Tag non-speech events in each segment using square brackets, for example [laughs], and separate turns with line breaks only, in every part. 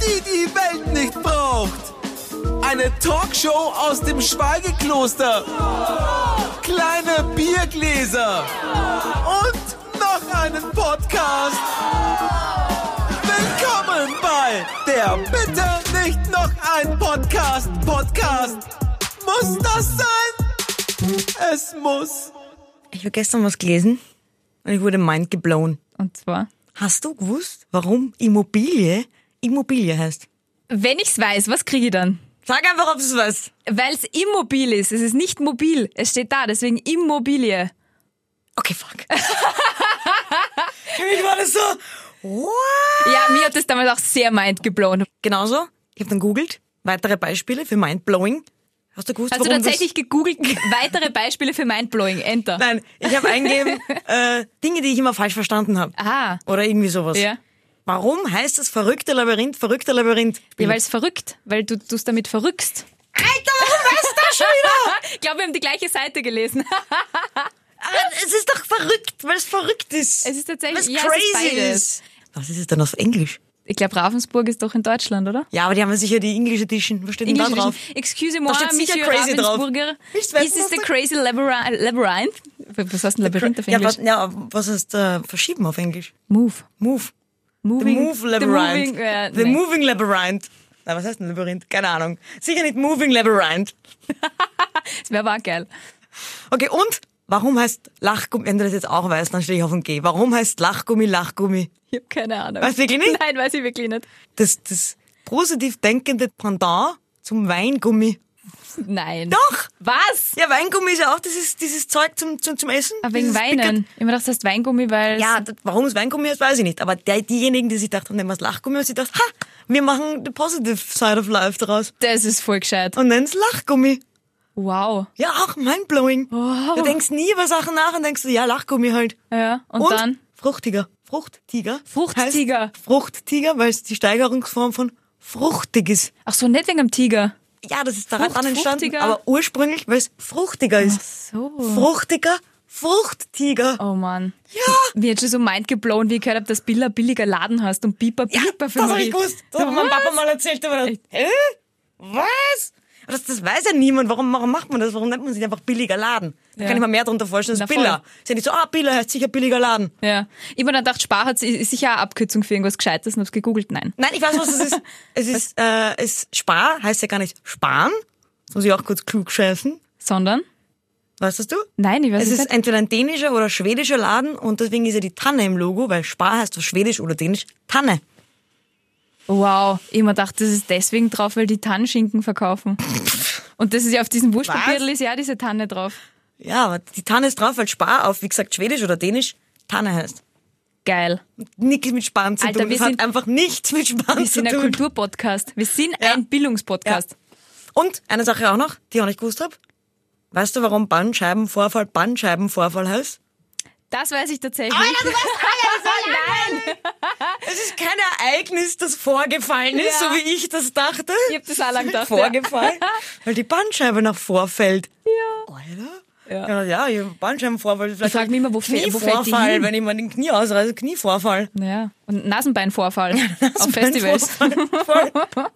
die die Welt nicht braucht. Eine Talkshow aus dem Schweigekloster. Kleine Biergläser. Und noch einen Podcast. Willkommen bei der Bitte nicht noch ein Podcast. Podcast. Muss das sein? Es muss.
Ich habe gestern was gelesen und ich wurde mindgeblown.
Und zwar,
Hast du gewusst, warum Immobilie Immobilie heißt?
wenn ich's weiß, was kriege ich dann?
Sag einfach, ob du es weißt.
Weil's immobil ist. Es ist nicht mobil. Es steht da, deswegen Immobilie.
Okay,
[laughs]
fuck. Für mich war das so. What?
Ja, mir hat das damals auch sehr mindgeblown.
Genauso, ich habe dann googelt. Weitere Beispiele für Mindblowing. Hast du gewusst,
Hast du
warum
tatsächlich gegoogelt? [laughs] Weitere Beispiele für mindblowing. Enter.
Das... Nein, ich habe
[laughs]
eingegeben, äh, Dinge, die ich immer falsch verstanden habe.
Ah.
Oder irgendwie sowas.
Ja.
Warum heißt es verrückter Labyrinth, verrückter Labyrinth?
Ja, weil's verrückt. Weil du du's damit verrückst.
Alter, warum weißt du das schon wieder?
[laughs] Ich glaube, wir haben die gleiche Seite gelesen. [laughs]
Aber Ah, es ist doch verrückt, weil es verrückt ist.
Es ist tatsächlich-
Weil's
ja, es
crazy
ist beides.
Was ist es denn auf Englisch?
Ich glaube, Ravensburg ist doch in Deutschland, oder?
Ja, aber die haben ja sicher die English Edition. Was steht denn da
Englisch
drauf?
Edition. Excuse moi,
Da steht sicher
Monsieur
crazy drauf.
Ravensburger.
Willst du wetten,
Is this
was
the
da-
crazy labyrinth? labyrinth? Was heißt ein Labyrinth auf
Ja,
Englisch?
was, ja, was heißt äh, verschieben auf Englisch?
Move.
Move.
Moving.
The Move Labyrinth.
The moving, äh,
The
nee.
Moving Labyrinth. Na, was heißt ein Labyrinth? Keine Ahnung. Sicher nicht Moving Labyrinth.
Das wäre aber auch geil.
Okay, und warum heißt Lachgummi, wenn du das jetzt auch weißt, dann stehe ich auf dem G. Warum heißt Lachgummi Lachgummi?
Ich habe keine Ahnung.
Weißt du wirklich nicht?
Nein, weiß ich wirklich nicht.
Das, das positiv denkende Pendant zum Weingummi.
Nein.
Doch!
Was?
Ja, Weingummi ist ja auch dieses, dieses Zeug zum, zum, zum Essen.
Aber Ah, wegen
dieses
Weinen. Ich mir dachte, das heißt Weingummi, weil.
Pickert. Ja, das, warum es Weingummi ist, weiß ich nicht. Aber der, diejenigen, die sich dachten, nehmen wir es Lachgummi, haben sich gedacht, ha, wir machen the positive side of life daraus.
Das ist voll gescheit.
Und nennen es Lachgummi.
Wow.
Ja, auch mindblowing.
Wow.
Du denkst nie über Sachen nach und denkst, du, ja, Lachgummi halt.
Ja, und, dann?
Fruchtiger. Fruchttiger.
Fruchttiger.
Heißt Fruchttiger, weil es die Steigerungsform von fruchtig ist.
Ach so, nicht wegen dem Tiger.
Ja, das ist daran
Frucht-
entstanden,
fruchtiger.
aber ursprünglich, weil es fruchtiger ist.
So.
Fruchtiger, Fruchttiger.
Oh Mann.
Ja.
Mir hat schon so mind geblown, wie ich gehört habe, dass Billa billiger Laden hast und Piper
Ja,
Piper
das
für
habe
Marie.
ich gewusst. Das hat mein
Was?
Papa mal erzählt. Aber dann,
Echt?
hä? Was? Aber Das, das weiß ja niemand. Warum, warum macht man das? Warum nennt man sich einfach billiger Laden? Da
Ja.
kann ich mir mehr darunter vorstellen als
Na,
Biller.
voll.
Ist ja nicht so, ah, Biller heißt sicher billiger Laden.
Ja. Ich habe dann gedacht, Spar hat ist sicher eine Abkürzung für irgendwas Gescheites und hab's gegoogelt. Nein.
Nein, ich weiß, was es ist.
[laughs]
Es ist, äh, es Spar heißt ja gar nicht sparen. Das muss ich auch kurz klug schäfen.
Sondern?
Weißt das du?
Nein, ich weiß
Es
es
ist
nicht.
entweder ein dänischer oder schwedischer Laden und deswegen ist ja die Tanne im Logo, weil Spar heißt auf Schwedisch oder Dänisch Tanne.
Wow. Ich habe mir gedacht, das ist deswegen drauf, weil die Tannenschinken verkaufen. Und das ist ja auf diesem Wurstpapier, ist ja auch diese Tanne drauf.
Ja, aber die Tanne ist drauf, weil Spar auf, wie gesagt, Schwedisch oder Dänisch Tanne heißt.
Geil.
nichts mit Sparen zu
Alter,
tun.
wir
Das hat
sind-
einfach nichts mit Sparen
Wir
zu
sind ein
tun.
Kulturpodcast. Wir sind
Ja.
ein Bildungspodcast.
Und eine Sache auch noch, die ich auch nicht gewusst habe. Weißt du, warum Bandscheibenvorfall Bandscheibenvorfall heißt?
Das weiß ich tatsächlich.
Es ist kein Ereignis, das vorgefallen ist,
Ja.
so wie ich das dachte.
Ich hab das auch lang gedacht. Ja.
Vorgefallen, weil die Bandscheibe nach vorfällt. Ja. Alter? Ja, ja, ich hab Bandscheibenvorfall. Vielleicht
frag mich immer, wo fäll- wo fällt die
Knievorfall,
hin?
wenn ich mal den Knie Also ausreiße, [laughs] Knievorfall.
Ja.
[laughs]
Und Nasenbeinvorfall auf Festivals.
Bandscheibenvorfall.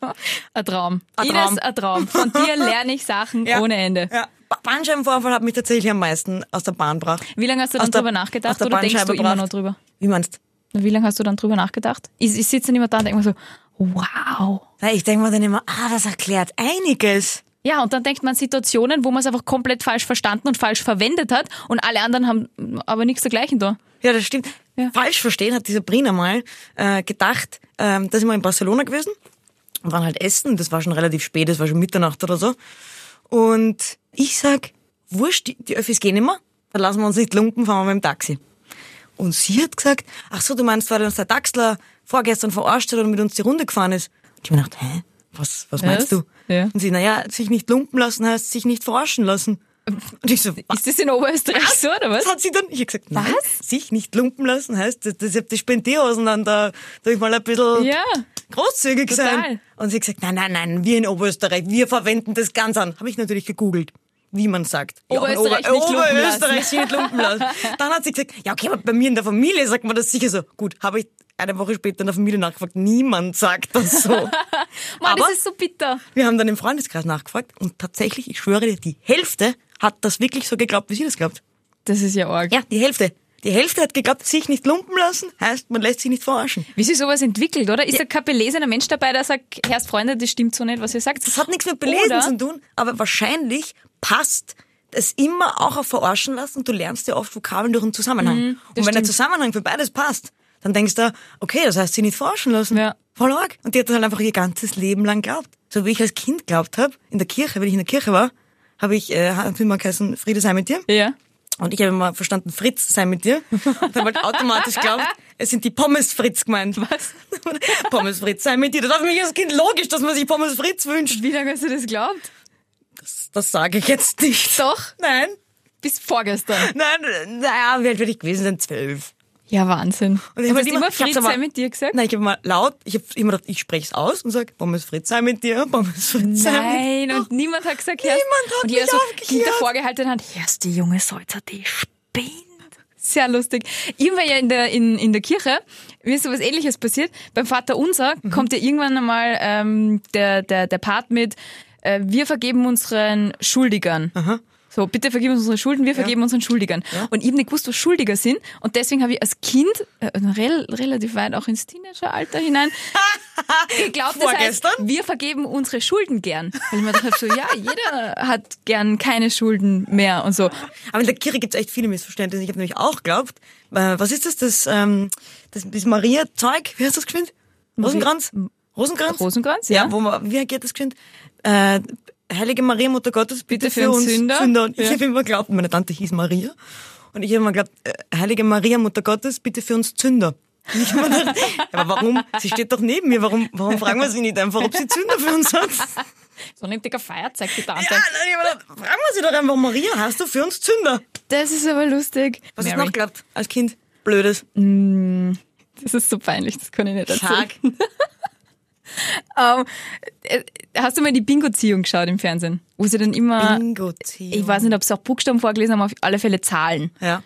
[laughs] Ein Traum.
Ein Traum.
Ines, ein Traum. Von dir lerne ich Sachen
Ja.
ohne Ende.
Ja. Ba- Bandscheibenvorfall hat mich tatsächlich am meisten aus der Bahn gebracht.
Wie lange hast du
Aus
dann
der-
drüber
aus
nachgedacht
der
oder denkst du
Bandscheibe
immer
gebracht.
noch drüber?
Wie meinst
Na, Wie lange hast du dann drüber nachgedacht? Ich, ich sitze dann immer da und denke mir so, wow.
du? Ich denke mir dann immer, ah, das erklärt einiges.
Ja, und dann denkt man Situationen, wo man es einfach komplett falsch verstanden und falsch verwendet hat und alle anderen haben hm, aber nichts dergleichen da.
Ja, das stimmt.
Ja.
Falsch verstehen hat die Sabrina mal äh, gedacht, ähm, da sind wir in Barcelona gewesen und waren halt essen. Das war schon relativ spät, das war schon Mitternacht oder so. Und ich sag, wurscht, die, die Öffis gehen immer, dann lassen wir uns nicht lumpen, fahren wir mit dem Taxi. Und sie hat gesagt, ach so, du meinst, weil uns der Taxler vorgestern verarscht hat und mit uns die Runde gefahren ist. Und ich hab mir gedacht, hä, was, was meinst du?
Ja.
Und sie, naja, sich nicht lumpen lassen heißt, sich nicht verarschen lassen. Und ich so, was?
Ist das in Oberösterreich so oder was?
Das hat sie dann, ich hab gesagt, nein,
Was?
sich nicht lumpen lassen heißt, das, das, die Spendierhosen dann da, da ich mal ein bisschen
Ja.
großzügig
Total.
sein. Und sie hat gesagt, nein, nein, nein, wir in Oberösterreich, wir verwenden das ganz an. Habe ich natürlich gegoogelt. wie man sagt.
Oberösterreich
ja, und
nicht lumpen
Oberösterreich sich nicht lumpen lassen. Dann hat sie gesagt, ja okay, aber bei mir in der Familie sagt man das sicher so. Gut, habe ich eine Woche später in der Familie nachgefragt, niemand sagt das
[laughs]
so.
Mann,
Aber-
das ist so bitter.
Wir haben dann im Freundeskreis nachgefragt und tatsächlich, ich schwöre dir, die Hälfte hat das wirklich so geglaubt, wie sie das glaubt.
Das ist ja arg.
Ja, die Hälfte. Die Hälfte hat geglaubt, sich nicht lumpen lassen, heißt, man lässt sich nicht verarschen.
Wie sich sowas entwickelt, oder? Ist da kein belesener Mensch dabei, der sagt, Herr Freunde, das stimmt so nicht, was ihr sagt?
Das hat nichts mit Belesen
Oder-
zu tun, aber wahrscheinlich passt es immer auch auf Verarschen lassen und du lernst ja oft Vokabeln durch einen Zusammenhang. und wenn der
stimmt.
Zusammenhang für beides passt, dann denkst du, okay, das heißt, sie nicht verarschen lassen.
Ja.
Voll arg. Und die hat das halt einfach ihr ganzes Leben lang geglaubt. So wie ich als Kind geglaubt habe, in der Kirche, wenn ich in der Kirche war, habe ich, äh, hat ein Film mal geheißen, Friede sei mit dir.
Ja.
Und ich habe immer verstanden, Fritz sei mit dir. [laughs] Und habe halt automatisch geglaubt, es sind die Pommes Fritz gemeint. Was? [laughs] Pommes Fritz sei mit dir. Das war für mich als Kind logisch, dass man sich Pommes Fritz wünscht.
Wie lange hast du das geglaubt?
Das sage ich jetzt nicht. [laughs]
Doch,
Nein,
bis vorgestern.
nein, naja, wie alt würde ich gewesen sein? Zwölf.
Ja, Wahnsinn. Und
ich
ich
hab
Also hast
halt
immer
ich hab's
Fritz
aber-
sei mit dir gesagt?
Nein, ich habe mal laut, ich habe immer gedacht, ich spreche es aus und sage, Pommes Fritz sei mit dir, Pommes Fritz sei mit dir.
Nein, und niemand hat gesagt, Herr.
Niemand hat
und jeder
mich
so
aufgeklärt.
hinter vorgehalten hat, Herrst die junge Salzer, die spinnt. Sehr lustig. Ich war ja in der, in, in der Kirche, mir ist sowas ähnliches passiert. Beim Vater Unser kommt ja irgendwann einmal ähm, der, der, der Part mit, äh, wir vergeben unseren Schuldigern. So, bitte vergeben uns unsere Schulden, wir vergeben unseren Schuldigern. Und ich habe nicht gewusst, was Schuldiger sind. Und deswegen habe ich als Kind, äh, rel relativ weit auch ins Teenageralter hinein, geglaubt, das heißt,
Vorgestern?
wir vergeben unsere Schulden gern. Weil ich mir dachte so, ja, jeder hat gern keine Schulden mehr und so.
Aber in der Kirche gibt es echt viele Missverständnisse. Ich habe nämlich auch geglaubt, äh, was ist das, das, ähm, das, das Maria-Zeug, wie heißt das geschwind? Rosenkranz? Rosenkranz?
Rosenkranz,
Ja,
ja.
wo man, wie geht das geschwind? Äh, Heilige Maria, Mutter Gottes, bitte, für, uns Sünder. Und ich
Ja.
habe immer geglaubt, meine Tante hieß Maria. Und ich habe immer geglaubt, äh, Heilige Maria, Mutter Gottes, bitte für uns Zünder. Und [laughs] ich hab mir gedacht, aber warum? Sie steht doch neben mir. Warum, warum fragen wir sie nicht einfach, ob sie Zünder für [laughs] uns hat?
So nimmt dicker Feierzeug die
Ja,
Tante.
dann hab ich mir gedacht, fragen wir sie doch einfach, Maria, hast du für uns Zünder?
Das ist aber lustig.
Was hast du
Mary,
noch geglaubt als Kind? Blödes.
Das ist so peinlich, das kann ich nicht erzählen.
Tag.
Ähm, äh, hast du mal die Bingo-Ziehung geschaut im Fernsehen? Wo sie dann immer,
Bingo
ich weiß nicht, ob sie auch Buchstaben vorgelesen haben, auf alle Fälle Zahlen.
Ja.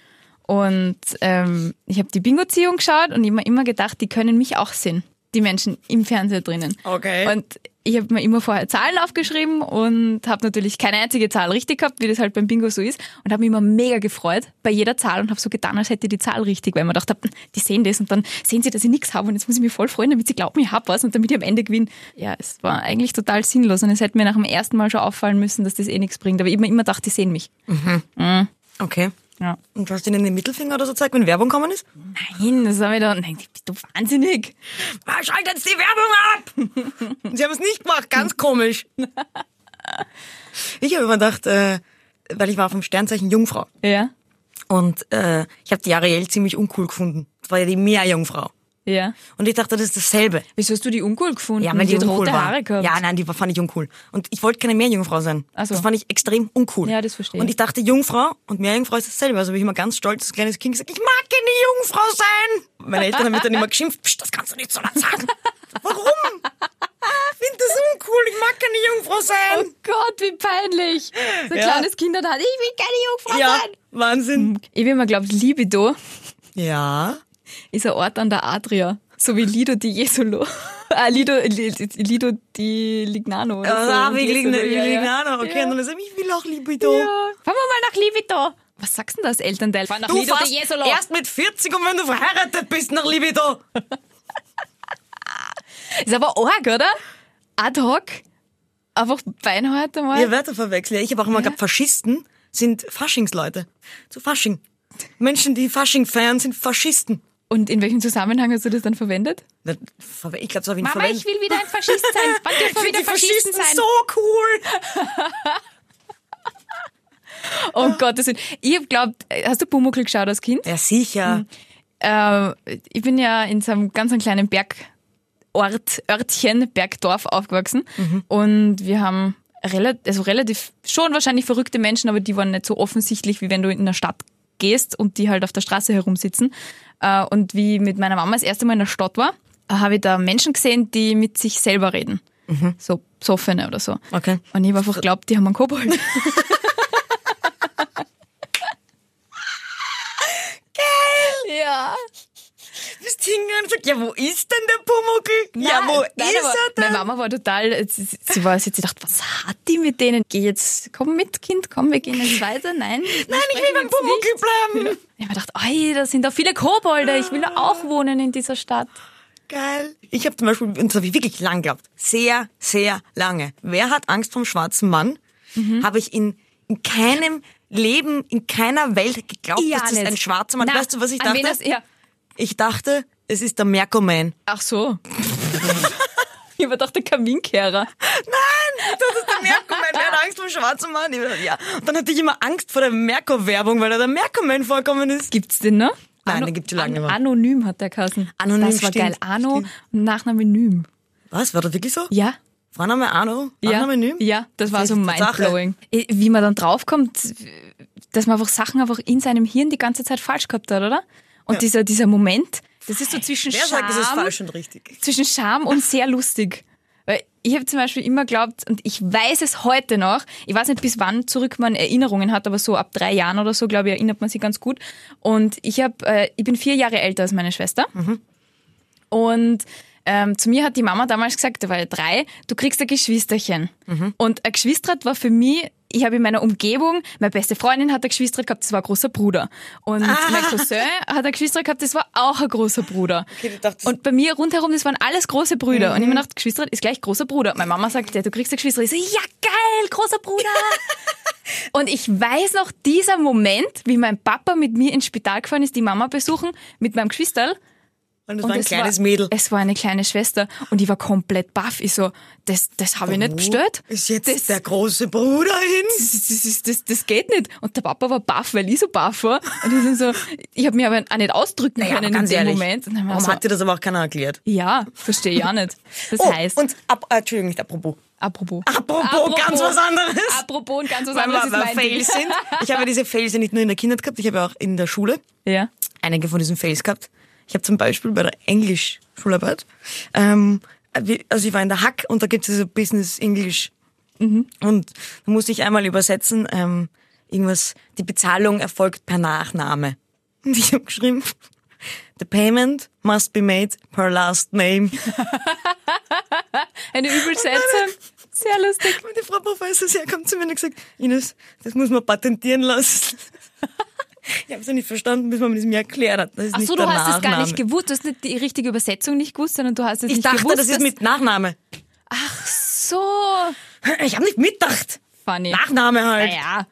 Und ähm, ich habe die Bingo-Ziehung geschaut und immer immer gedacht, die können mich auch sehen, die Menschen im Fernseher drinnen.
Okay.
Und ich habe mir immer vorher Zahlen aufgeschrieben und habe natürlich keine einzige Zahl richtig gehabt, wie das halt beim Bingo so ist. Und habe mich immer mega gefreut bei jeder Zahl und habe so getan, als hätte ich die Zahl richtig, weil man dachte, die sehen das und dann sehen sie, dass ich nichts habe und jetzt muss ich mich voll freuen, damit sie glauben, ich habe was und damit ich am Ende gewinne. Ja, es war eigentlich total sinnlos und es hätte mir nach dem ersten Mal schon auffallen müssen, dass das eh nichts bringt. Aber ich habe mir immer gedacht, die sehen mich.
Okay.
Ja.
Und du hast ihnen den Mittelfinger oder so gezeigt, wenn Werbung kommen ist?
Nein, das habe ich dann, nein, bist du wahnsinnig.
Ah, Schaltet jetzt die Werbung ab! Und [laughs] sie haben es nicht gemacht, ganz komisch. Ich habe immer gedacht, äh, weil ich war vom Sternzeichen Jungfrau.
Ja,
Und äh, ich habe die Ariel ziemlich uncool gefunden. Das war ja die Meerjungfrau.
ja.
Und ich dachte, das ist dasselbe.
Wieso hast du die uncool gefunden?
Ja, weil die,
hat
uncool
rote
war.
Haare gehabt.
Ja, nein, die war- fand ich uncool. Und ich wollte keine Meerjungfrau sein.
Ach so.
Das fand ich extrem uncool.
Ja, das verstehe ich.
Und ich dachte, Jungfrau und Meerjungfrau ist dasselbe. Also habe ich immer ganz stolz als kleines Kind gesagt, ich mag keine Jungfrau sein. Meine Eltern haben mich dann immer geschimpft, Psst, das kannst du nicht so laut
[laughs]
sagen. Warum? Ich finde das uncool, ich mag keine Jungfrau
Oh
sein.
Gott, wie peinlich. So ein
Ja.
kleines Kind hat, halt, ich will keine Jungfrau
ja,
sein.
Wahnsinn.
Ich habe immer geglaubt, Libido
Ja.
ist ein Ort an der Adria. So wie Lido di Jesolo. [laughs] Ah, Lido, Lido di Lignano. Oder so.
Ah, wie
Jesolo, ja, ja.
Lignano. Okay,
Ja.
und dann ist er, ich will auch Libido.
Ja. Fahren wir mal nach Libido. Was sagst denn das, Elternteil? Fahren nach
Du
Lido
fährst
di Jesolo.
erst mit 40 und wenn du verheiratet bist nach Libido.
Ist aber arg, oder? Ad hoc. Einfach Beinhard einmal.
Ihr Wörter verwechseln. Ja, Ich habe auch immer gehabt, Faschisten sind Faschingsleute. Zu Fasching. Menschen, die Fasching feiern, sind Faschisten.
Und in welchem Zusammenhang hast du das dann verwendet?
Na, verwe- Ich glaube, so habe ich ihn
Mama, ich
verwendet.
will wieder ein Faschist sein.
[laughs]
Wann dürfen wir wieder
die Faschisten
Faschisten sein?
so cool.
[laughs] Oh Gott, das sind. Ich hab glaubt, hast du Pumuckl geschaut als Kind?
Ja,
Hm.
sicher.
Ähm, ich bin ja in so einem ganz einen kleinen Bergort, Örtchen, Bergdorf aufgewachsen. Und wir haben relativ, also relativ, schon wahrscheinlich verrückte Menschen, aber die waren nicht so offensichtlich, wie wenn du in der Stadt gehst und die halt auf der Straße herumsitzen. Äh, und wie mit meiner Mama das erste Mal in der Stadt war, äh, habe ich da Menschen gesehen, die mit sich selber reden. So Soffene oder so.
Okay.
Und ich habe einfach geglaubt, die haben einen Kobold. Ja.
bist hingegangen und sagt, ja, wo ist denn der Pumuckl? ja, wo
nein,
ist
aber
er denn?
Meine Mama war total, sie, sie war, sie hat sich gedacht, was hat die mit denen? Geh jetzt, komm mit, Kind, komm, wir gehen jetzt weiter. Nein,
[laughs] Nein, ich will beim Pumuckl bleiben.
Ich habe gedacht, ey, da sind doch viele Kobolde, ich will da auch
Ah.
wohnen in dieser Stadt.
Geil. Ich habe zum Beispiel, und das habe ich wirklich lang gehabt, sehr, sehr lange. Wer hat Angst vom schwarzen Mann? Habe ich in, in keinem Leben, in keiner Welt geglaubt, dass das ein schwarzer Mann
Na,
Weißt du, was ich
an
dachte?
wen das- ja.
Ich dachte, es ist der Merkoman.
Ach so. ich war doch der Kaminkehrer.
Nein, [laughs] das ist der Merkoman. Wer hat Angst vor dem schwarzen Mann? Ich dachte, ja. Und dann hatte ich immer Angst vor der Merko-Werbung, weil da der Merkoman vorkommen ist.
Gibt's den noch?
Nein,
Ano-
den gibt's schon lange
An-
nicht mehr.
Anonym hat der Kassen.
Anonym,
Das war
stimmt,
geil. Ano
stimmt.
und Nachname Nym.
Was, war das wirklich so?
Ja.
Vorname Arno,
Ja,
Nachname Nym?
ja, das war so
ist Tatsache.
mindblowing. Eh, Wie man dann draufkommt, dass man einfach Sachen einfach in seinem Hirn die ganze Zeit falsch gehabt hat, oder? Und dieser, dieser Moment, das ist so zwischen
Wer sagt, das ist
Scham-
falsch und richtig?
zwischen
[laughs]
Scham und sehr lustig. Weil ich habe zum Beispiel immer geglaubt, und ich weiß es heute noch, ich weiß nicht, bis wann zurück man Erinnerungen hat, aber so ab drei Jahren oder so, glaube ich, erinnert man sich ganz gut. Und ich, hab, äh, ich bin vier Jahre älter als meine Schwester. Und ähm, zu mir hat die Mama damals gesagt, da war ich drei, du kriegst ein Geschwisterchen. Und ein Geschwisterrad war für mich, ich habe in meiner Umgebung, meine beste Freundin hat ein Geschwisterrad gehabt, das war ein großer Bruder. Und mein Cousin hat ein Geschwisterrad gehabt, das war auch ein großer Bruder.
Okay, ich dachte, das-
und bei mir rundherum, das waren alles große Brüder. Und ich mir dachte, Geschwisterrad ist gleich großer Bruder. Meine Mama sagt, ja, du kriegst ein Geschwisterrad. Ich so, ja geil, großer Bruder. Und ich weiß noch, dieser Moment, wie mein Papa mit mir ins Spital gefahren ist, die Mama besuchen, mit meinem Geschwisterl.
Und es
Und
war ein
es
kleines Mädel.
Es war eine kleine Schwester und ich war komplett baff. Ich so, das, das habe ich
Oh.
nicht bestellt.
Ist jetzt
das,
der große Bruder hin?
das, das, das, das, das geht nicht. Und der Papa war baff, weil ich so baff war. Und ich, bin so, ich habe mir aber auch nicht ausdrücken
Naja,
können
aber
in
ganz
dem
ehrlich,
Moment. Und dann war ich
Warum
so,
hat dir das aber auch keiner erklärt?
ja, verstehe ich auch nicht. Das
Oh,
heißt,
und ab, äh, Entschuldigung, nicht apropos.
apropos.
Apropos, ganz was anderes.
Apropos und ganz was
Weil
anderes
wir
ist
bei
mein
Fails
Ding.
sind. Ich habe diese Fails ja nicht nur in der Kindheit gehabt, ich habe auch in der Schule
[laughs] Ja.
einige von diesen Fails gehabt. Ich habe zum Beispiel bei der Englisch-Schularbeit, ähm, wie- also ich war in der Hack und da gibt es so Business English.
Mhm.
Und da musste ich einmal übersetzen, ähm, irgendwas, die Bezahlung erfolgt per Nachname. [laughs] Und ich habe geschrieben, the payment must be made per last name. [laughs]
Eine Übelsetzung. Sehr lustig.
Und die Frau Professor, sie kommt zu mir und hat gesagt, Ines, das muss man patentieren lassen. [laughs] ich habe es nicht verstanden, bis man mir das mir erklärt hat. Das ist
Ach
nicht
so,
der
du hast es
Nachname.
gar nicht gewusst. Du hast nicht die richtige Übersetzung nicht gewusst, sondern du hast es
Ich
nicht
dachte,
gewusst.
das ist
dass-
mit Nachname.
Ach so.
Ich habe nicht mitgedacht.
Funny.
Nachname halt.
Naja,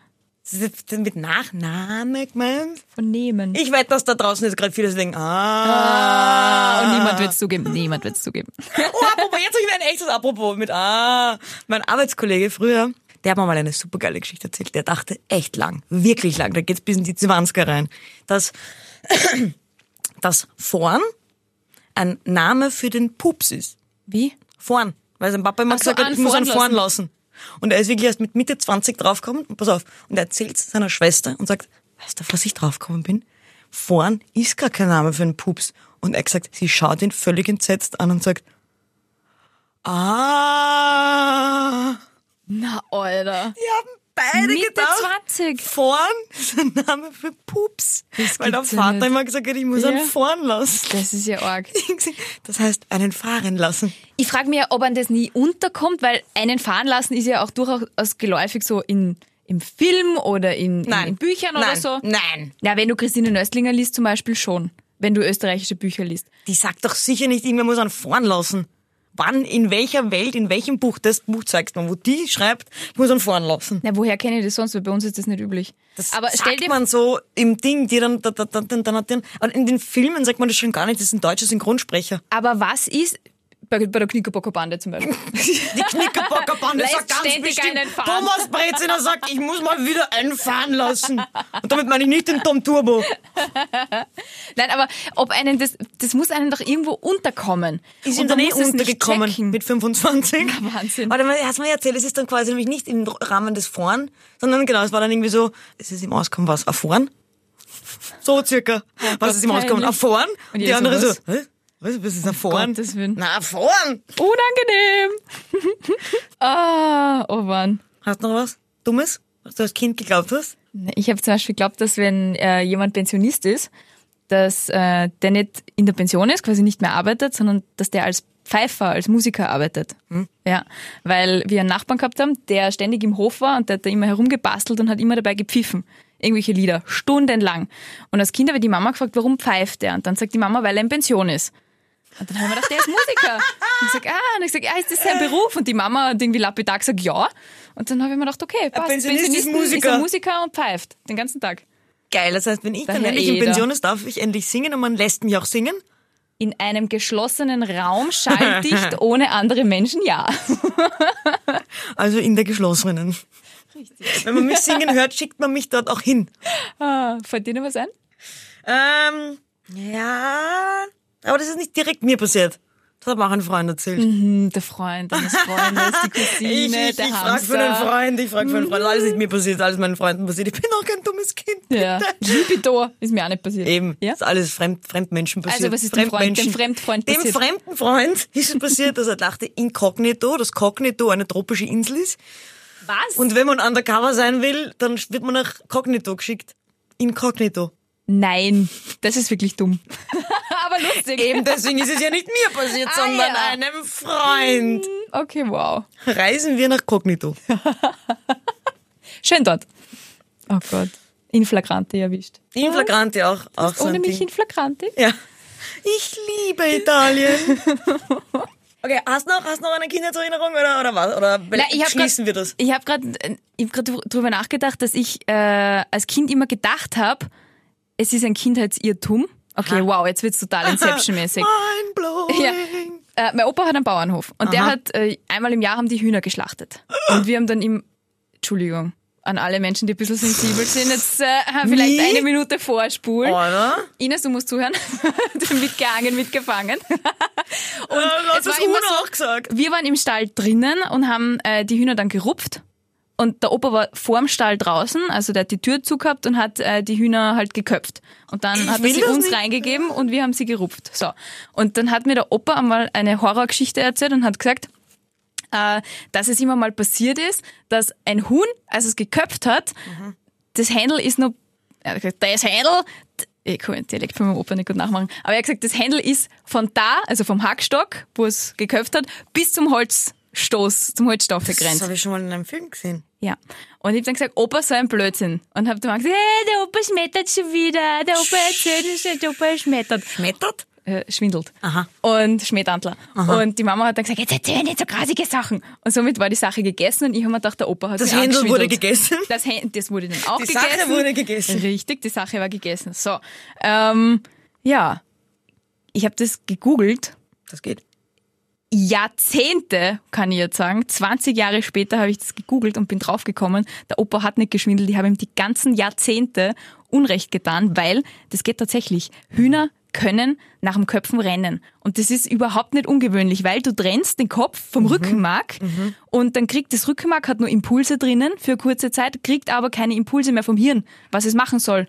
Das ist mit Nachname gemeint?
von nehmen.
Ich wette, dass da draußen jetzt gerade viele so denken, ah.
Ah, und niemand wird es zugeben. Niemand wird es zugeben.
Oh, apropos, jetzt habe ich mir ein echtes Apropos mit ah. Mein Arbeitskollege früher, der hat mir mal eine supergeile Geschichte erzählt. Der dachte echt lang, wirklich lang, da geht's bis in die 20er rein, dass, [clears throat] dass vorn ein Name für den Pups ist.
Wie?
Vorn. Weil sein Papa immer
Ach so,
gesagt hat,
einen
ich muss
vorn
einen vorn lassen. Und er ist wirklich erst mit Mitte 20 draufgekommen, und pass auf, und er erzählt seiner Schwester und sagt, weißt du, auf was ich draufgekommen bin? Vorn ist gar kein Name für einen Pups. Und er hat gesagt, sie schaut ihn völlig entsetzt an und sagt, ah,
Na, Alter.
die haben beide
Mitte
gedacht,
20.
vorn ist ein Name für Pups.
Das
Weil der
gibt's ja
Vater
nicht.
immer gesagt hat, ich muss einen
Ja.
vorn lassen. [laughs]
Das ist ja arg.
Das heißt, einen fahren lassen.
Ich frage mich ja, ob an das nie unterkommt, weil einen fahren lassen ist ja auch durchaus geläufig so in, im Film oder in, in, in Büchern oder
Nein.
so.
Nein.
Na, wenn du Christine Nöstlinger liest zum Beispiel schon. Wenn du österreichische Bücher liest.
Die sagt doch sicher nicht, irgendwer muss einen fahren lassen. Wann, in welcher Welt, in welchem Buch, das Buch zeigst man, wo die schreibt, ich muss einen fahren lassen.
Na, woher kenne ich das sonst? Weil bei uns ist das nicht üblich.
Das
Aber
sagt
stell dir
man so im Ding, die dann, dann, dann, dann, dann hat den, aber in den Filmen sagt man das schon gar nicht, das ist ein deutscher
[laughs]
Synchronsprecher.
Aber was ist bei, bei der Knickerbockerbande zum Beispiel?
Die Knickerbockerbande
Lässt
sagt ganz
ständig
bestimmt,
einen fahren.
Thomas Breziner sagt, ich muss mal wieder einen fahren lassen. Und damit meine ich nicht den Tom Turbo.
Nein, aber ob einen das, das muss einem doch irgendwo unterkommen.
Ist
Und
ihm dann
man
eh
muss es nicht
untergekommen
checken.
mit [laughs] 25.
Wahnsinn.
Warte mal, hast du mir erzählt, es ist dann quasi nämlich nicht im Rahmen des Vorn, sondern genau, es war dann irgendwie so, es ist im Auskommen was, ein Vorn? So circa. was ist im
peinlich.
Auskommen? Ein Vorn? Oh Und die
jeder so,
andere so,
was?
hä? Was, was ist ein Vorn?
Gottes Willen.
Na, ein Vorn!
Unangenehm. [laughs] Ah, oh Mann.
Hast du noch was Dummes, was du als Kind geglaubt hast?
Ich habe zum Beispiel geglaubt, dass wenn äh, jemand Pensionist ist, dass äh, der nicht in der Pension ist, quasi nicht mehr arbeitet, sondern dass der als Pfeifer, als Musiker arbeitet.
Hm.
Ja, weil wir einen Nachbarn gehabt haben, der ständig im Hof war und der hat da immer herumgebastelt und hat immer dabei gepfiffen. Irgendwelche Lieder, stundenlang. Und als Kind habe ich die Mama gefragt, warum pfeift der? Und dann sagt die Mama, weil er in Pension ist. Und dann haben wir gedacht, der ist Musiker. Und ich sag, ah, und ich sag, ah, ist das sein Beruf? Und die Mama hat irgendwie lapidar gesagt, ja. Und dann habe ich mir gedacht, okay, passt.
Pensionist ist
Ist
Musiker.
ein Musiker und pfeift den ganzen Tag.
Geil, das heißt, wenn ich dann eh
Daher
endlich in
jeder.
Pension ist, darf ich endlich singen und man lässt mich auch singen.
In einem geschlossenen
[laughs]
Raum, schalldicht, ohne andere Menschen, ja.
Also in der geschlossenen. Wenn man mich singen hört, schickt man mich dort auch hin.
Ah, Fällt dir noch was ein?
Ähm, ja, aber das ist nicht direkt mir passiert. Das hat mir auch ein Freund erzählt.
Hm, Der
[laughs]
Freund, deines Freundes, die Cousine,
Ich, ich,
ne, der
ich frag
Hamster. Mhm.
für einen Freund, ich frag für einen Freund. Alles ist mir passiert, alles meinen Freunden passiert. Ich bin auch kein dummes Kind.
Ja. Libido ist mir auch nicht passiert.
Eben,
Ja?
ist alles fremd, Fremdmenschen passiert.
Also was ist dem Freund,
Fremdmenschen.
dem Fremdfreund
Dem
passiert?
fremden Freund [laughs] ist es passiert, dass er dachte, inkognito, dass Cognito eine tropische Insel ist.
was?
Und wenn man undercover sein will, dann wird man nach Cognito geschickt. Inkognito.
Nein, das ist wirklich dumm. [laughs] Aber lustig.
Eben deswegen ist es ja nicht mir passiert,
[laughs] Ah,
sondern
ja. Mhm.
einem Freund.
Okay, wow.
Reisen wir nach Cognito.
Schön dort. Oh Gott. In Flagrante erwischt.
In Flagrante auch. auch so
Ohne
ein
mich
Ding.
in Flagrante?
Ja. Ich liebe
[laughs]
Italien. Okay, hast noch, hast noch eine Kindheitserinnerung oder, oder was? Oder
ich hab
schließen
grad, äh,
wir das?
Ich habe gerade hab grad drüber nachgedacht, dass ich äh, als Kind immer gedacht habe, es ist ein Kindheitsirrtum. Okay, wow, jetzt wird's
[laughs]
total Inception-mäßig.
Mindblowing.
Ja. Äh, mein Opa hat einen Bauernhof und der hat äh, einmal im Jahr haben die Hühner geschlachtet. Und wir haben dann im Entschuldigung an alle Menschen, die ein bisschen sensibel sind, jetzt äh, [laughs] vielleicht
Wie?
eine Minute vorspulen.
Oder?
Ines, du musst zuhören. [laughs] mitgehangen, mitgefangen.
Und hat
es
das
war immer
Uno
so-
auch gesagt.
Wir waren im Stall drinnen und haben äh, die Hühner dann gerupft. Und der Opa war vorm Stall draußen, also der hat die Tür zugehabt und hat äh, die Hühner halt geköpft. Und dann hat er
will
sie
das
uns
nicht.
reingegeben und wir haben sie gerupft. So. Und dann hat mir der Opa einmal eine Horrorgeschichte erzählt und hat gesagt, äh, dass es immer mal passiert ist, dass ein Huhn, als es geköpft hat, das Händel ist noch, er hat gesagt, das Händel, ich kann den Dialekt von meinem Opa nicht gut nachmachen, aber er hat gesagt, das Händel ist von da, also vom Hackstock, wo es geköpft hat, bis zum Holzstoß, zum Holzstoff
Das
gegrenzt.
habe ich schon mal in einem Film gesehen.
Ja. Und ich hab dann gesagt, Opa, so ein Blödsinn. Und hab dann gesagt, hey, der Opa schmettert schon wieder, der Opa erzählt uns schon, der Opa schmettert.
Schmettert?
Äh, schwindelt.
Aha.
Und Schmähdantler. Und die Mama hat dann gesagt, jetzt erzähl nicht so grasige Sachen. Und somit war die Sache gegessen und ich habe mir gedacht, der Opa hat
Das
sich
Händel
angeschwindelt.
wurde gegessen.
Das, Hä- das wurde dann auch
Die
gegessen.
Sache wurde gegessen.
Richtig, die Sache war gegessen. So, ähm, ja, ich habe das gegoogelt.
Das geht.
Jahrzehnte, kann ich jetzt sagen. 20 Jahre später habe ich das gegoogelt und bin draufgekommen, der Opa hat nicht geschwindelt. Ich habe ihm die ganzen Jahrzehnte Unrecht getan, weil das geht tatsächlich. Hühner können nach dem Köpfen rennen. Und das ist überhaupt nicht ungewöhnlich, weil du trennst den Kopf vom Rückenmark und dann kriegt das Rückenmark, hat nur Impulse drinnen für kurze Zeit, kriegt aber keine Impulse mehr vom Hirn, was es machen soll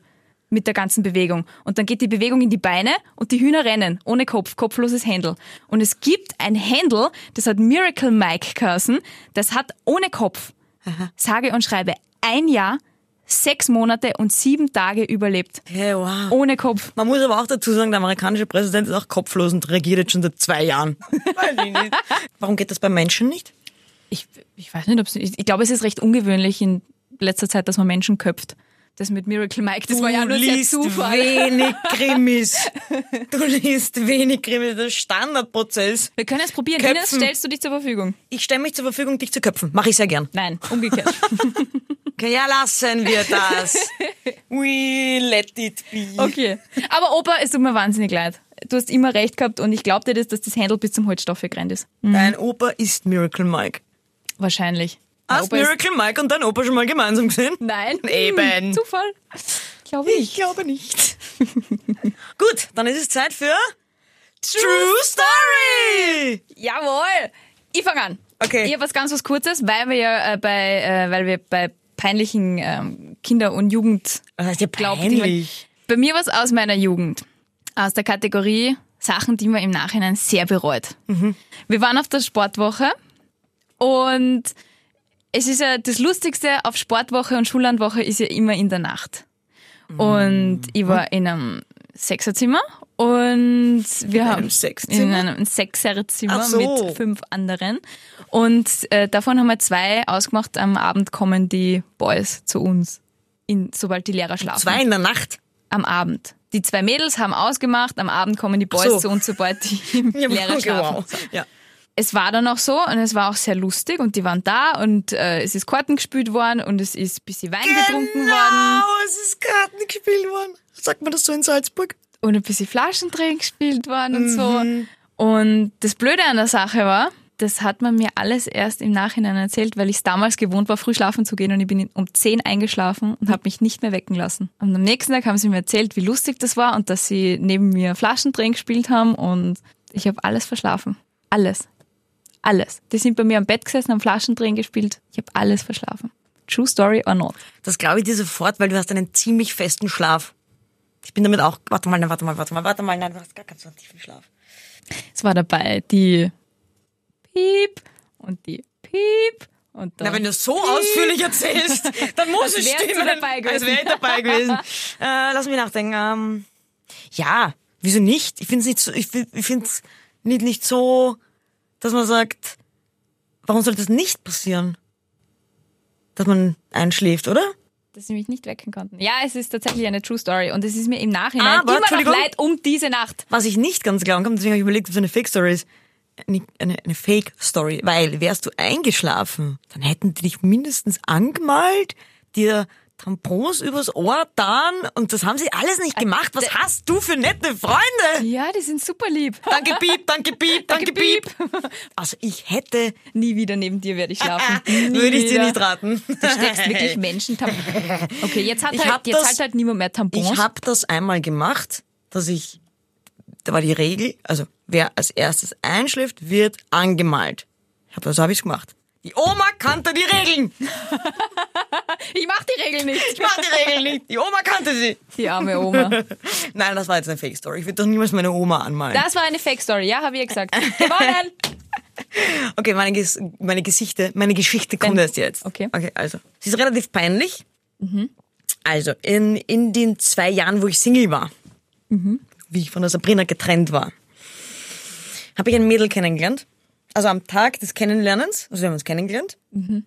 mit der ganzen Bewegung. Und dann geht die Bewegung in die Beine und die Hühner rennen, ohne Kopf, kopfloses Händel. Und es gibt ein Händel, das hat Miracle Mike geheißen, das hat ohne Kopf, sage und schreibe, ein Jahr, sechs Monate und sieben Tage überlebt.
Hey, wow.
Ohne Kopf.
Man muss aber auch dazu sagen, der amerikanische Präsident ist auch kopflos und regiert jetzt schon seit zwei
[laughs]
Jahren. Weiß ich nicht. Warum geht das bei Menschen nicht?
Ich, ich weiß nicht, ob ich, ich glaube, es ist recht ungewöhnlich in letzter Zeit, dass man Menschen köpft. Das mit Miracle Mike, das war ja
du
nur sehr
liest
Zufall. [laughs]
wenig Krimis. Du liest wenig Krimis. Das ist Standardprozess.
Wir können es probieren.
Köpfen.
Ines, stellst du dich zur Verfügung?
Ich stelle mich zur Verfügung, dich zu köpfen. Mache ich sehr gern.
Nein,
[laughs]
umgekehrt.
Okay, ja, lassen wir das. We let it be.
Okay. Aber Opa, es tut mir wahnsinnig leid. Du hast immer recht gehabt und ich glaub dir das, dass das Handel bis zum Holzstoff gerannt ist.
Mhm. Dein Opa ist Miracle Mike.
Wahrscheinlich. Mein
Hast
Opa ist-
Miracle Mike und dein Opa schon mal gemeinsam gesehen?
Nein.
Eben.
[laughs] Hm, Zufall. Glaube ich.
glaube nicht. [laughs] Gut, dann ist es Zeit für True Story.
Jawohl. Ich fange an.
Okay.
Ich habe was ganz was Kurzes, weil wir ja äh, bei, äh, weil wir bei peinlichen ähm, Kinder- und Jugend
Das heißt ja
glaubt jemand. Bei mir war es aus meiner Jugend. Aus der Kategorie Sachen, die man im Nachhinein sehr bereut.
Mhm.
Wir waren auf der Sportwoche und es ist ja das Lustigste
Mhm.
auf Sportwoche und Schullandwoche ist ja immer in der Nacht. Und ich war in einem Sechserzimmer und wir haben
einem Sechszimmer?
in einem Sechserzimmer
Ach so.
mit fünf anderen und äh, davon haben wir zwei ausgemacht. Am Abend kommen die Boys zu uns, in, sobald die Lehrer schlafen.
Zwei in der Nacht.
Am Abend. Die zwei Mädels haben ausgemacht. Am Abend kommen die Boys
so. genau.
zu uns, sobald die Lehrer schlafen
wow. Ja.
es war dann auch so und es war auch sehr lustig und die waren da und äh, es ist Karten gespielt worden und es ist ein bisschen Wein getrunken worden
Genau, es ist Karten gespielt worden. Sagt man das so in Salzburg?
und ein bisschen Flaschen drin gespielt worden und so. Und das Blöde an der Sache war, das hat man mir alles erst im Nachhinein erzählt, weil ich es damals gewohnt war, früh schlafen zu gehen und ich bin um 10 eingeschlafen und habe mich nicht mehr wecken lassen. Und am nächsten Tag haben sie mir erzählt, wie lustig das war und dass sie neben mir Flaschen drin gespielt haben und ich habe alles verschlafen. Alles. Alles. Die sind bei mir am Bett gesessen, haben Flaschen drin gespielt. Ich habe alles verschlafen. True story or not.
Das glaube ich dir sofort, weil du hast einen ziemlich festen Schlaf. Ich bin damit auch. Warte mal, nein, warte mal, warte mal, warte mal, nein, du hast gar keinen so tiefen Schlaf.
Es war dabei die Piep und die Piep und dann
Na, wenn du so ausführlich [laughs] erzählst, dann muss es
wärst du
stimmen.
dabei gewesen.
Als wäre ich [laughs] dabei gewesen. äh, lass mich nachdenken. Ähm, ja, wieso nicht? Ich finde es nicht so, ich find- ich find's nicht, nicht so, dass man sagt, warum sollte das nicht passieren? Dass man einschläft, oder?
dass sie mich nicht wecken konnten. Ja, es ist tatsächlich eine True Story und es ist mir im Nachhinein
Aber,
immer noch
Ah, Entschuldigung.
leid um diese Nacht.
Was ich nicht ganz glauben kann, deswegen habe ich überlegt, ob es eine Fake-Story ist. Eine, eine, eine Fake-Story. Weil wärst du eingeschlafen, dann hätten die dich mindestens angemalt, dir Tampons übers Ohr dann und das haben sie alles nicht gemacht. Was hast du für nette Freunde?
Ja, die sind super lieb.
Danke Piep, danke Piep, [laughs] danke
Danke,
Piep.
Piep. [laughs]
Also ich hätte,
Nie wieder neben dir werde ich schlafen. Nie
ah, [laughs] würde ich dir
wieder.
nicht raten.
Du steckst wirklich Menschen
[laughs]
Okay, jetzt hat
Ich hab
halt, jetzt
das-
hat halt niemand mehr Tampons.
Ich habe das einmal gemacht, dass ich, da war die Regel, also wer als erstes einschläft, wird angemalt. Ich hab, so habe ich's gemacht. Die Oma kannte die Regeln. Ich
ich mach die Regel nicht.
mach die Regeln nicht. Die Oma kannte sie.
[laughs] Die arme Oma.
[laughs] Nein, das war jetzt eine Fake-Story. Ich würde doch niemals meine Oma anmalen.
Das war eine Fake Story, ja, habe ich
[laughs]
ja gesagt. Gewonnen!
Okay, meine, Ges meine Geschichte, meine Geschichte kommt
Wenn-
erst jetzt.
Okay.
Okay, also. Sie ist relativ peinlich. Also, in, in den zwei Jahren, wo ich Single war, wie ich von der Sabrina getrennt war, habe ich ein Mädel kennengelernt. Also am Tag des Kennenlernens, also wir haben uns kennengelernt. Und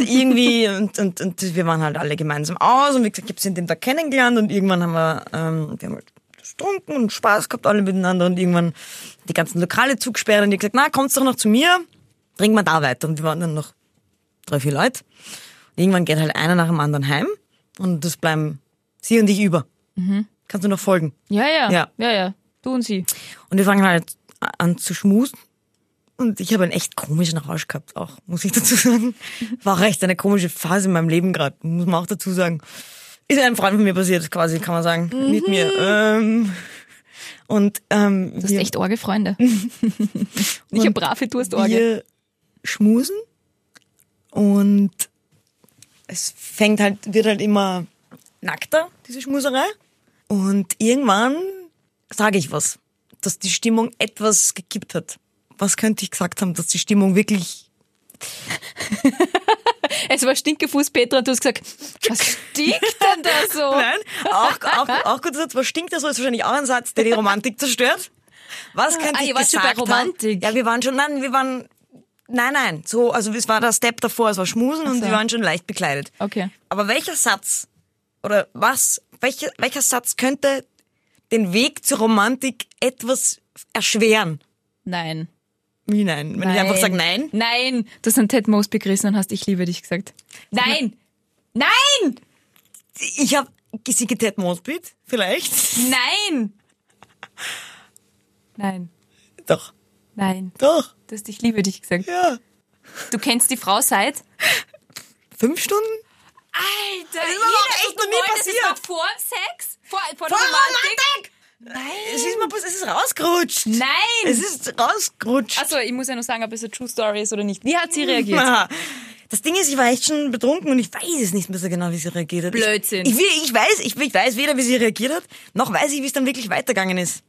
irgendwie, und, und, und wir waren halt alle gemeinsam aus und wie gesagt, ich habe sie in dem Tag kennengelernt und irgendwann haben wir, ähm, wir haben halt getrunken und Spaß gehabt alle miteinander und irgendwann die ganzen Lokale zugesperrt und die gesagt, na, kommst doch noch zu mir, trinken wir da weiter. Und wir waren dann noch drei, vier Leute. Und irgendwann geht halt einer nach dem anderen heim und das bleiben sie und ich über.
Mhm.
Kannst du noch folgen?
Ja, ja,
Ja.
ja, ja. Du und sie.
Und wir fangen halt an zu schmusen. Und ich habe einen echt komischen Rausch gehabt, auch, muss ich dazu
[laughs]
sagen. War auch echt eine komische Phase in meinem Leben gerade, muss man auch dazu sagen. Ist einem Freund von mir passiert, quasi, kann man sagen.
Mhm.
Nicht mir. Ähm, und ähm,
Du hast echt
[laughs]
orge Freunde. ich habe brave Durstorge.
wir schmusen und es fängt halt, wird halt immer nackter, diese Schmuserei. Und irgendwann sage ich was, dass die Stimmung etwas gekippt hat. Was könnte ich gesagt haben, dass die Stimmung wirklich
Es war Stinkefuß, Petra, und du hast gesagt, was stinkt denn da
[laughs]
so?
Nein, auch, auch, auch guter Satz. Was stinkt da so? Ist wahrscheinlich auch ein Satz, der die Romantik zerstört. Was könnte
Ah,
ich
ihr wart
gesagt
schon bei
Haben?
Romantik.
Ja, wir waren schon, nein, wir waren, nein, nein, so, also es war der Step davor, es war Schmusen und
so.
wir waren schon leicht bekleidet.
Okay.
Aber welcher Satz oder was, welcher, welcher Satz könnte den Weg zur Romantik etwas erschweren?
Nein.
Wie nein? Wenn ich einfach sage nein?
Nein, du hast einen Ted Mosby gerissen und hast ich liebe dich gesagt. Nein! Nein!
Ich habe sie getät Mosbit, vielleicht? [laughs]
Nein! Nein,
Doch,
nein.
doch,
Du hast ich liebe dich gesagt.
ja.
Du kennst die Frau seit?
Fünf Stunden?
Alter!
ist mir doch echt noch nie passiert.
vor dem Sex? Vor,
Vor
vor, der Romantik?
Romantik! Es ist, mal, pass- es ist rausgerutscht. Es
Nein!
ist rausgerutscht.
Achso, ich muss ja nur sagen, ob es eine True Story ist oder nicht. Wie hat sie reagiert?
Aha. Das Ding ist, ich war echt schon betrunken und ich weiß es nicht mehr so genau, wie sie reagiert hat. Ich-
Blödsinn.
Ich, ich, ich, weiß, ich, ich weiß weder, wie sie reagiert hat, noch weiß ich, wie es dann wirklich weitergegangen ist.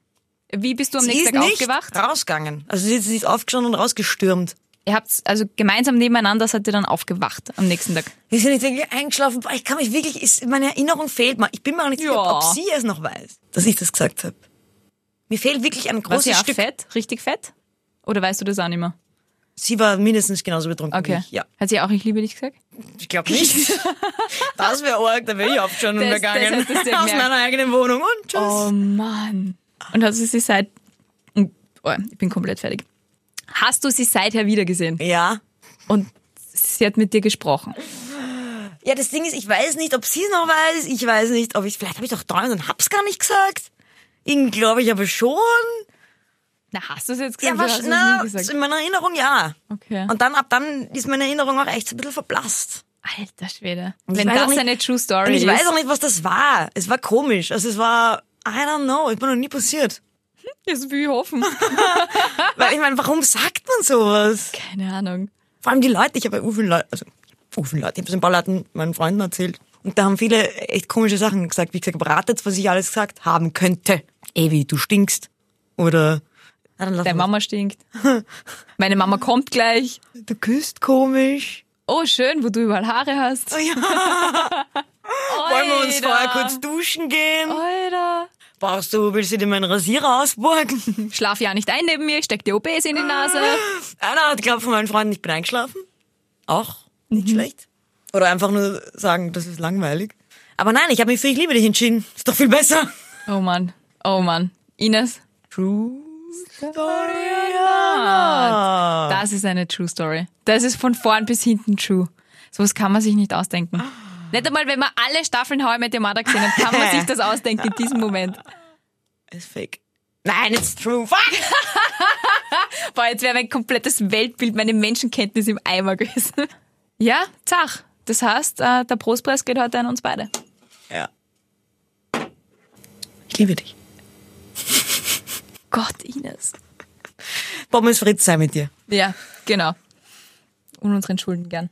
Wie bist du am
Sie
um nächsten
ist
Tag
nicht
aufgewacht?
rausgegangen. Also sie ist nicht aufgestanden und rausgestürmt.
ihr habt also gemeinsam nebeneinander seid ihr dann aufgewacht am nächsten Tag.
Wir sind jetzt wirklich eingeschlafen. Boah, ich kann mich wirklich, ist, meine Erinnerung fehlt mal. Ich bin mir auch nicht
Ja.
sicher, ob sie es noch weiß, dass ich das gesagt habe. Mir fehlt wirklich ein
Warst du
großes
ja auch
Stück.
fett? Richtig fett? Oder weißt du das auch nicht mehr?
Sie war mindestens genauso betrunken wie
Okay.
ich. Ja,
Hat sie auch ich liebe dich gesagt?
ich glaube
[laughs]
nicht. das wäre arg, da wäre ich aufgeschaut und
Das- das
gegangen.
hättest du
Aus
gemerkt.
meiner eigenen Wohnung und tschüss.
Oh Mann. Und hast du sie seit. Oh, ich bin komplett fertig. Hast du sie seither wiedergesehen?
Ja.
Und sie hat mit dir gesprochen.
Ja, das Ding ist, ich weiß nicht, ob sie es noch weiß. Ich weiß nicht, ob ich vielleicht habe ich doch träumt und hab's gar nicht gesagt. Irgendwie glaube ich aber schon.
Na, hast du es jetzt
Ja,
gesagt?
was,
oder hast
na,
du es nie
in
gesagt?
meiner Erinnerung ja.
Okay.
Und dann ab dann ist meine Erinnerung auch echt so ein bisschen verblasst.
Alter Schwede.
ich
Wenn
weiß auch
das
nicht-
eine True
Und
Story
ich
ist.
weiß auch nicht, was das war. Es war komisch. Also es war, I don't know, ist mir noch nie
[laughs]
passiert.
das will ich hoffen.
Weil ich meine, warum sagt man sowas?
Keine Ahnung.
Vor allem die Leute, ich habe ja ufen Leute, also ufen Leute, ich habe es ein paar Leuten, meinen Freunden erzählt. Und da haben viele echt komische Sachen gesagt. Wie gesagt, ratet, was ich alles gesagt haben könnte. Evi, du stinkst. Oder, ah, dann lass
Deine
mal.
Mama stinkt. Meine Mama kommt gleich.
du küsst komisch.
Oh, schön, wo du überall Haare hast.
Oh
[laughs]
ja. Wollen wir uns vorher kurz duschen gehen?
Alter.
Brauchst du, willst du dir meinen Rasierer ausborgen?
Schlaf ja nicht ein neben mir, ich steck dir OBs in die Nase.
[laughs] Einer hat, glaube von meinen Freunden, ich bin eingeschlafen. Auch nicht schlecht. Oder einfach nur sagen, das ist langweilig. Aber nein, ich habe mich für Ich liebe dich entschieden. Ist doch viel besser.
Oh Mann. Oh Mann. Ines,
True Ah.
Das ist eine True Story. Das ist von vorn bis hinten true. Sowas kann man sich nicht ausdenken. Nicht einmal, wenn man alle Staffeln How I Met Your Mother gesehen hat, kann
[laughs]
man sich das ausdenken in diesem Moment.
Ist fake. Nein, it's true. Fuck!
Boah, jetzt wäre mein komplettes Weltbild, meine Menschenkenntnis im Eimer gewesen. [laughs] Ja, zach. Das heißt, äh, der Prostpreis geht heute an uns beide.
Ja. Ich liebe dich.
Gott, Ines.
Pommes Fritz sei mit dir.
Ja, genau. Und unseren Schulden gern.